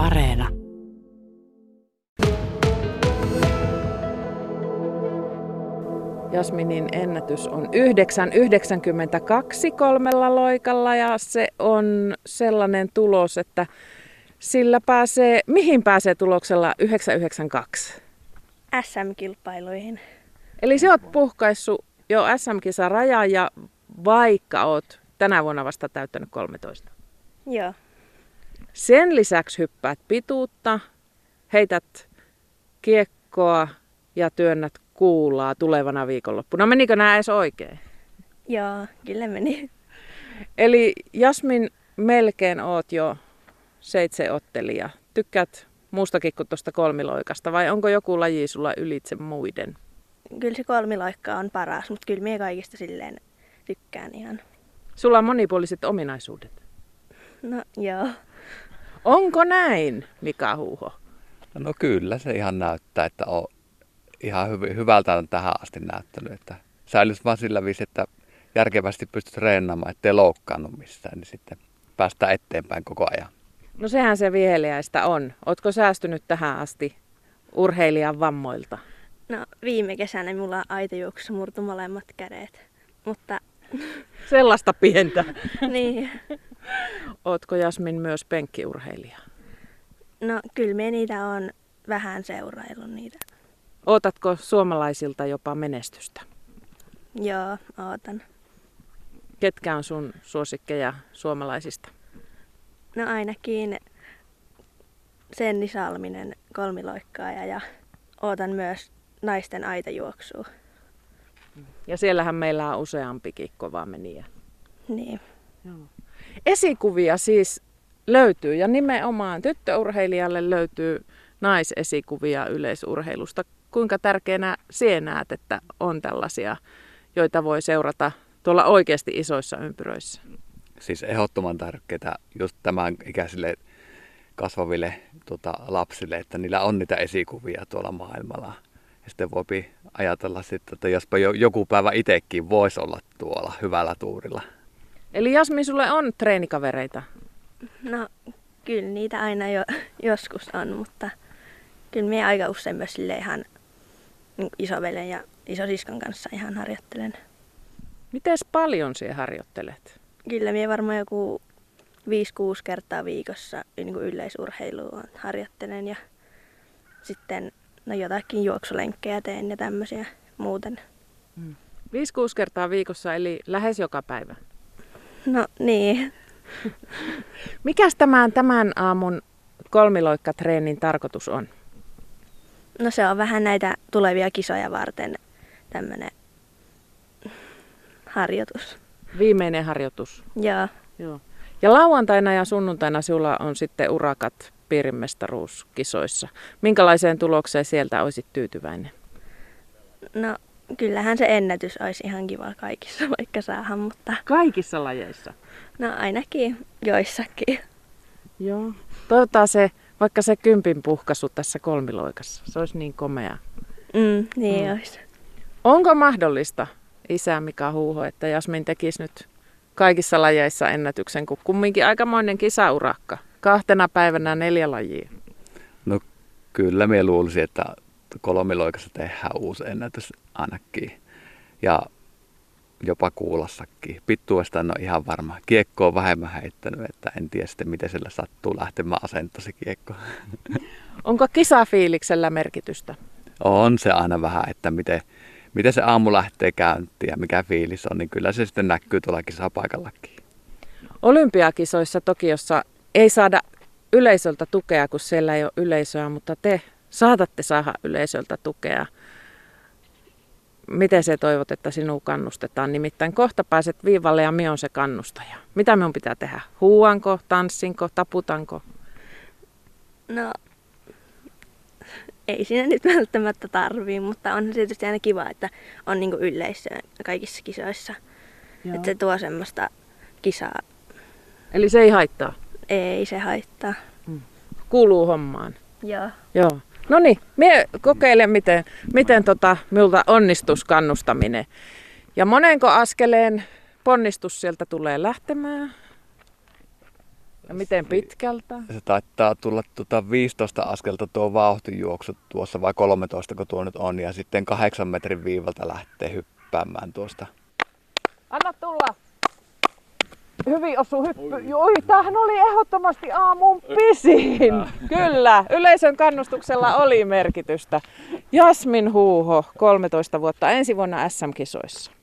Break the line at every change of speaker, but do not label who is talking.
Areena.
Jasminin ennätys on 9,92 kolmella loikalla ja se on sellainen tulos, että sillä pääsee, mihin pääsee tuloksella 992?
SM-kilpailuihin.
Eli se oot puhkaissut jo SM-kisan rajan ja vaikka oot tänä vuonna vasta täyttänyt 13.
Joo,
Sen lisäksi hyppäät pituutta, heität kiekkoa ja työnnät kuulaa tulevana viikonloppuna. Menikö nämä edes oikein?
joo, kyllä meni.
Eli Jasmin, melkein oot jo seitsemänottelija. Tykkäät muustakin kuin tuosta kolmiloikasta vai onko joku laji sulla ylitse muiden?
Kyllä se kolmiloikka on paras, mutta kyllä minä kaikista silleen tykkään ihan.
Sulla on monipuoliset ominaisuudet.
No joo,
Onko näin, Mika Huuho?
No kyllä se ihan näyttää, että on ihan hyv- hyvältä on tähän asti näyttänyt. Että säilys vaan sillä viisi, että järkevästi pystyt treenaamaan, ettei loukkaannu missään, niin sitten päästään eteenpäin koko ajan.
No sehän se viheliäistä on. Ootko säästynyt tähän asti urheilijan vammoilta?
no viime kesänä mulla on aitajuoksussa murtu molemmat kädet. Mutta
Sellaista pientä.
niin,
Ootko Jasmin myös penkkiurheilija?
no kyllä minä niitä on vähän seuraillut niitä.
Ootatko suomalaisilta jopa menestystä?
Joo, ootan.
Ketkä on sun suosikkeja suomalaisista?
No ainakin Senni Salminen kolmiloikkaaja ja ootan myös naisten aitajuoksua.
Ja siellähän meillä on useampikin kova meniä.
Niin,
Esikuvia siis löytyy ja nimenomaan tyttöurheilijalle löytyy naisesikuvia yleisurheilusta. Kuinka tärkeänä sinä näet, että on tällaisia, joita voi seurata tuolla oikeasti isoissa ympyröissä?
Siis ehdottoman tärkeää just tämän ikäisille kasvaville tota, lapsille, että niillä on niitä esikuvia tuolla maailmalla. Ja sitten voi ajatella sitten, että jospa jo- joku päivä itsekin voisi olla tuolla hyvällä tuurilla.
Eli Jasmi, sulle on treenikavereita.
no kyllä niitä aina jo joskus on, mutta kyllä minä aika usein myös sille ihan niinku isovelen ja isosiskon kanssa ihan harjoittelen.
Mites paljon sinä harjoittelet?
Kyllä minä varmaan joku 5-6 kertaa viikossa niin kuin yleisurheilua harjoittelen ja sitten no jotakin juoksulenkkejä teen ja tämmöisiä muuten.
5-6 kertaa viikossa, eli lähes joka päivä.
No niin,
Mikäs tämän, tämän aamun kolmiloikkatreenin tarkoitus on?
no se on vähän näitä tulevia kisoja varten tämmöinen harjoitus.
Viimeinen harjoitus.
Joo,
Joo. Ja lauantaina ja sunnuntaina sinulla on sitten urakat piirimestaruuskisoissa. Minkälaiseen tulokseen sieltä olisit tyytyväinen?
no kyllähän se ennätys olisi ihan kiva kaikissa vaikka saada, mutta
Kaikissa lajeissa.
no ainakin joissakin.
Joo. Toivotaan se, vaikka se kympin puhkasu tässä kolmiloikassa. Se olisi niin komea.
Mm, niin mm. olisi.
Onko mahdollista, isä Mika Huuho, että Jasmin tekisi nyt kaikissa lajeissa ennätyksen, kun kumminkin aikamoinen kisaurakka. Kahtena päivänä neljä lajia.
No kyllä minä luulisin, että kolmiloikassa tehdään uusi ennätys ainakin. Ja jopa kuulassakin. Pittuesta en ole ihan varma. Kiekko on vähemmän heittänyt, että en tiedä sitten miten sillä sattuu lähtemään asento se kiekko.
Onko kisafiiliksellä merkitystä?
On se aina vähän, että miten, miten se aamu lähtee käyntiin ja mikä fiilis on, niin kyllä se sitten näkyy tuolla kisapaikallakin.
Olympiakisoissa Tokiossa ei saada yleisöltä tukea, kun siellä ei ole yleisöä, mutta te saatatte saada yleisöltä tukea. Miten se toivot, että sinua kannustetaan? Nimittäin kohta pääset viivalle ja minä on se kannustaja. Mitä minun pitää tehdä? Huuanko, tanssinko, taputanko?
No, ei siinä nyt välttämättä tarvii, mutta on se tietysti aina kiva, että on niinku yleisöä kaikissa kisoissa. Että se tuo semmoista kisaa.
Eli se ei haittaa.
Ei se haittaa.
Kuuluu hommaan.
Joo.
Joo. No niin, minä kokeilen, miten, miten tota, minulta onnistus kannustaminen. Ja monenko askeleen ponnistus sieltä tulee lähtemään? Ja miten pitkältä?
Se taittaa tulla tuota 15 askelta tuo vauhtijuoksu tuossa vai 13 kun tuo nyt on ja sitten kahdeksan metrin viivalta lähtee hyppäämään tuosta.
Anna tulla. Hyvin osu hyppy. Oi, tämähän oli ehdottomasti aamun pisin. Kyllä, yleisön kannustuksella oli merkitystä. Jasmin Huuho, 13 vuotta, ensi vuonna SM-kisoissa.